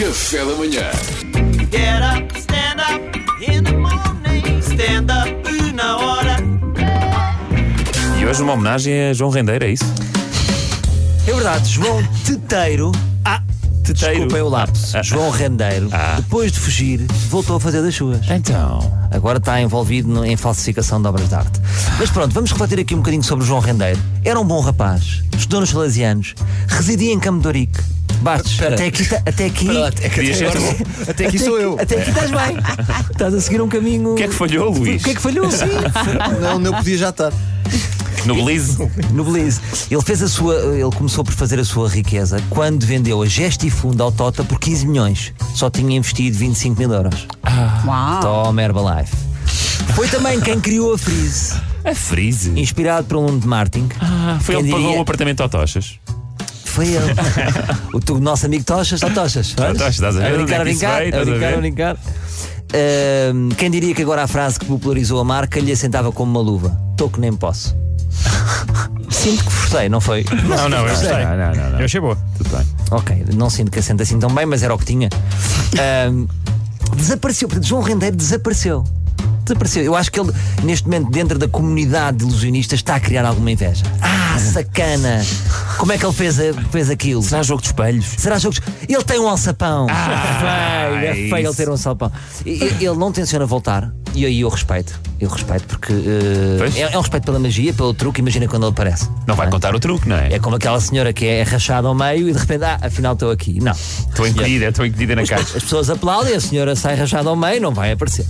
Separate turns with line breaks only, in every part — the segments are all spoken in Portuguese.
Café da manhã.
Get up, stand up in the morning. Stand up na hora.
E hoje uma homenagem a João Rendeiro, é isso?
É verdade, João Teteiro. Ah,
Teteiro.
Desculpem o lápis.
Ah, ah,
João Rendeiro,
Ah.
depois de fugir, voltou a fazer das suas.
Então.
Agora está envolvido no- em falsificação de obras de arte. Mas pronto, vamos refletir aqui um bocadinho sobre o João Rendeiro. Era um bom rapaz, estudou nos Salesianos, residia em Campo de Ourique. Bastos, até aqui. tá- Até aqui.
Podia ser bom.
Até aqui É sou eu. Até aqui estás bem. Estás a seguir um
O
caminho.
que é que falhou, Luís?
O que é que falhou? Sim.
Não, não podia já estar.
No Belize?
No Belize. Ele fez a sua. Ele começou por fazer a sua riqueza quando vendeu a Gestifundo ao Tota por 15 milhões. Só tinha investido 25 mil euros.
Ah.
Uau.
Toma Herbalife. Foi também quem criou a Freeze,
A Freeze.
inspirado por um aluno de marketing.
Ah, foi
Quem
ele que pagou
diria?
o apartamento ao Tochas.
Foi ele. o tu- nosso amigo Tochas, está Tochas.
Ó, Tochas, estás a ver onde é
brincar, a
que isso
brincar,
vai?
a
Estás a
brincar,
ver?
a brincar. Ahm, quem diria que agora a frase que popularizou a marca lhe assentava como uma luva? Tô que nem posso. Sinto que forcei, não foi?
Não, não, eu gostei. Não, não, não. Eu achei boa. Tudo bem.
Ok, não sinto que assenta assim tão bem, mas era o que tinha. Ahm, desapareceu, portanto, João Rendeiro desapareceu. Desapareceu. Eu acho que ele, neste momento, dentro da comunidade de ilusionistas, está a criar alguma inveja. Ah, sacana! Como é que ele fez, a- fez aquilo?
Uhum. Será jogo de espelhos?
Será jogos? Ele tem um alçapão.
Ah,
é feio, é
isso.
feio ele ter um alçapão. E- e- Ele não tenciona voltar. E aí eu respeito. Eu respeito porque. eh,
Pois.
é, é um respeito pela magia, pelo truque. Imagina quando ele aparece.
Não vai contar o truque, não é?
É como aquela senhora que é rachada ao meio e de repente, ah, afinal estou aqui. Não.
Estou encolhida, estou encolhida na caixa.
As pessoas aplaudem, a senhora sai rachada ao meio, não vai aparecer.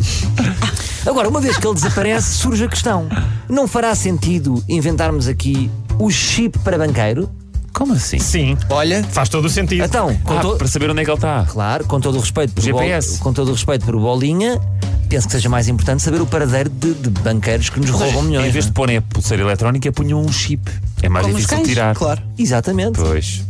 Agora, uma vez que ele desaparece, surge a questão: não fará sentido inventarmos aqui o chip para banqueiro?
Como assim?
Sim,
Olha,
faz todo o sentido.
Então, com
Ah,
todo-
para saber onde é que ele está.
claro, com todo o respeito por Bol-
GPS.
com todo o respeito por bolinha, penso que seja mais importante saber o paradeiro de, de banqueiros que nos roubam milhões.
Em vez de
não
porem a pulseira eletrónica, punham um chip. É mais
Como os
difícil
cães,
tirar.
claro.
é? Exatamente.
Pois.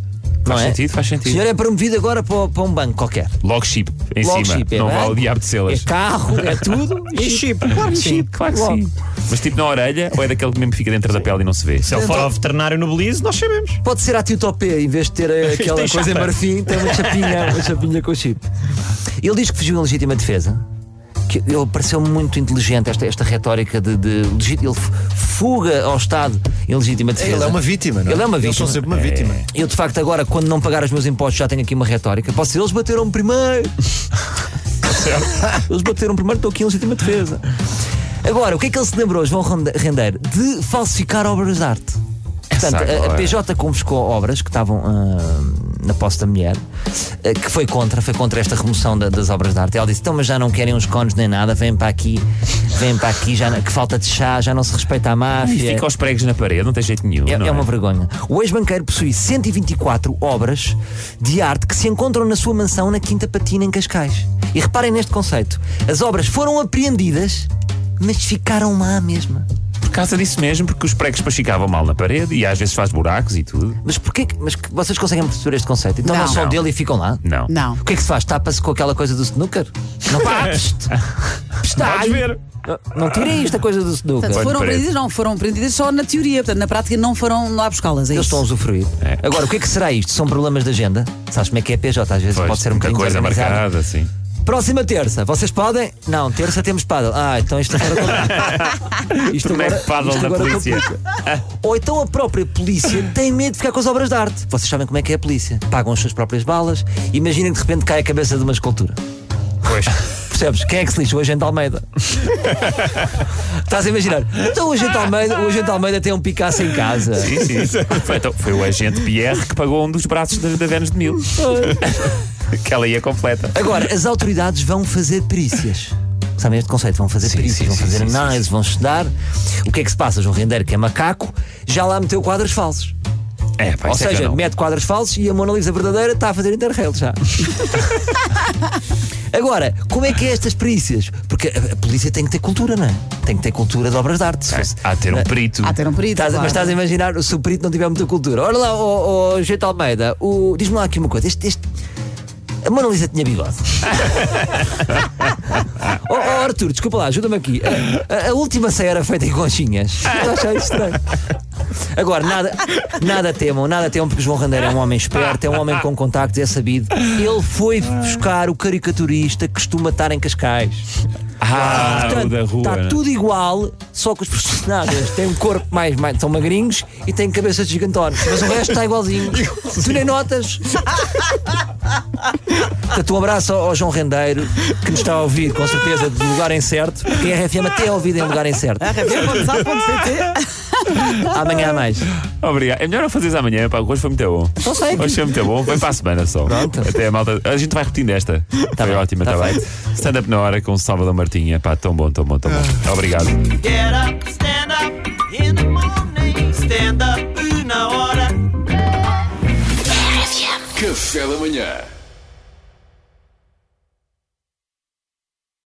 Não
Faz
é?
sentido, faz
O
sentido.
senhor é promovido agora para, o- para um banco qualquer.
Logo chip em
Logo
cima.
chip, é
não
bem?
vale o diabo de
É
selas.
carro, é tudo.
E chip, claro que sim.
claro que sim. Mas tipo na orelha ou é daquele que mesmo fica dentro da pele e não se vê?
Se ele for ao veterinário no Belize, nós sabemos. é
Pode ser a Tiotopé, em vez de ter eh, aquela
Tem
coisa em
chapa.
marfim, tem uma chapinha, uma chapinha com chip. Ele diz que fugiu em legítima defesa. Que ele pareceu muito inteligente esta, esta retórica de, de legi- ele fu- fuga ao Estado em legítima defesa.
Ele é uma vítima, não é?
Ele é uma
Eu sou
vítima.
sempre uma vítima.
Eu, de facto, agora, quando não pagar os meus impostos, já tenho aqui uma retórica. Posso dizer, eles bateram primeiro. eles bateram primeiro, estou aqui em legítima defesa. Agora, o que é que ele se lembrou, João Ronde- Rendeiro? De falsificar obras de arte. Portanto, a, a
agora.
PJ confiscou obras que estavam ah, na posse da mulher, ah, que foi contra, foi contra esta remoção da- das obras de arte. Ela disse: então, mas já não querem uns cones nem nada, vêm para aqui, vêm para aqui, já, não- que falta de chá, já não se respeita a
E
máfia.
fica aos pregos na parede, não tem jeito nenhum.
É,
não
é uma vergonha. O ex-banqueiro possui 124 obras de arte que se encontram na sua mansão na Quinta Patina, em Cascais. E reparem neste conceito: as obras foram apreendidas, mas ficaram lá mesmo.
Por causa disso mesmo, porque os pregos pasticavam mal na parede e às vezes faz buracos e tudo.
Mas porquê? que- Mas que- vocês conseguem perceber este conceito? Então
Não.
não, são
Não.
dele e ficam lá?
Não.
Não.
O que é que se faz? Tapa-se com aquela coisa do snooker? Não faz?
Podes ver.
Não tirem esta coisa do snooker.
Portanto, foram
Pode parecer.
prendidas, não, foram prendidas só na teoria, portanto, na prática não foram lá buscá-las. É
Eles
isso?
estão a usufruir.
É.
Agora, o que é que será isto? São problemas de agenda? Sabes como é que é a PJ? Às vezes
Pois,
pode ser um
muita coisa
bocadinho desorganizado.
marcada, sim.
Próxima terça, vocês podem? Não, terça temos paddle. Ah, então isto agora. isto
Como é que paddle
isto
da
agora
polícia?
Ou então a própria polícia tem medo de ficar com as obras de arte. Vocês sabem como é que é a polícia. Pagam as suas próprias balas. Imaginem que de repente cai a cabeça de uma escultura.
Pois.
Percebes? Quem é que se lixa? O agente Almeida. Estás a imaginar? Então o agente Almeida, o agente Almeida tem um Picasso em casa.
Sim, sim. Foi, então, foi o agente Pierre que pagou um dos braços da, da Vênus de Mil. que ela ia completa.
Agora, as autoridades vão fazer perícias. Sabem este conceito? Vão fazer perícias,
sim,
vão
sim,
fazer
sim, sim,
análises, vão estudar. O que é que se passa? João Rendeiro, que é macaco, já lá meteu quadros falsos.
É, pá,
Ou
isso é que eu
seja,
não.
mete quadros falsos e a Mona Lisa verdadeira está a fazer interrail já. Agora, como é que é estas perícias? Porque a, a polícia tem que ter cultura, não é? Tem que ter cultura de obras de arte. se
É,
fosse-
Há de ter um perito.
Ah, ter um perito.
Estás-
claro.
mas estás a imaginar se o perito não tiver muita cultura. Olha lá, o, Jeito Almeida, o- diz-me lá aqui uma coisa. Este, este- a Mona Lisa tinha bigode. oh, oh, Arthur, desculpa lá, ajuda-me aqui. A, a- a última ceia era feita em conchinhas. Eu achei estranho. Agora, nada, nada temam, nada temam, porque João Randeiro é um homem esperto, é um homem com contactos, é sabido. Ele foi buscar o caricaturista que costuma estar em Cascais.
Ah, o da rua.
está
né?
tudo igual, só que os personagens têm um corpo mais, mais- são magrinhos e têm cabeças gigantonas, mas o resto está igualzinho. tu nem notas. Portanto, um abraço ao ao João Rendeiro, que nos está a ouvir, com certeza, de lugar incerto, porque a RFM até é ouvida em lugar incerto.
rfm.zap.pt.
Amanhã há mais.
Obrigado. É melhor não fazeres amanhã, pá. Hoje foi muito bom.
Não sei.
Hoje foi muito bom. Vem para a semana só.
Pronto.
Até a malta. A gente vai repetindo esta. Tá foi
bem,
ótima,
tá
tá, bem. Stand-up na hora com o Salvador Martinha. Pá, tão bom, tão bom, tão
Ah.
bom. Obrigado.
Get up, stand up in the morning. Stand up, una hora.
Café da manhã.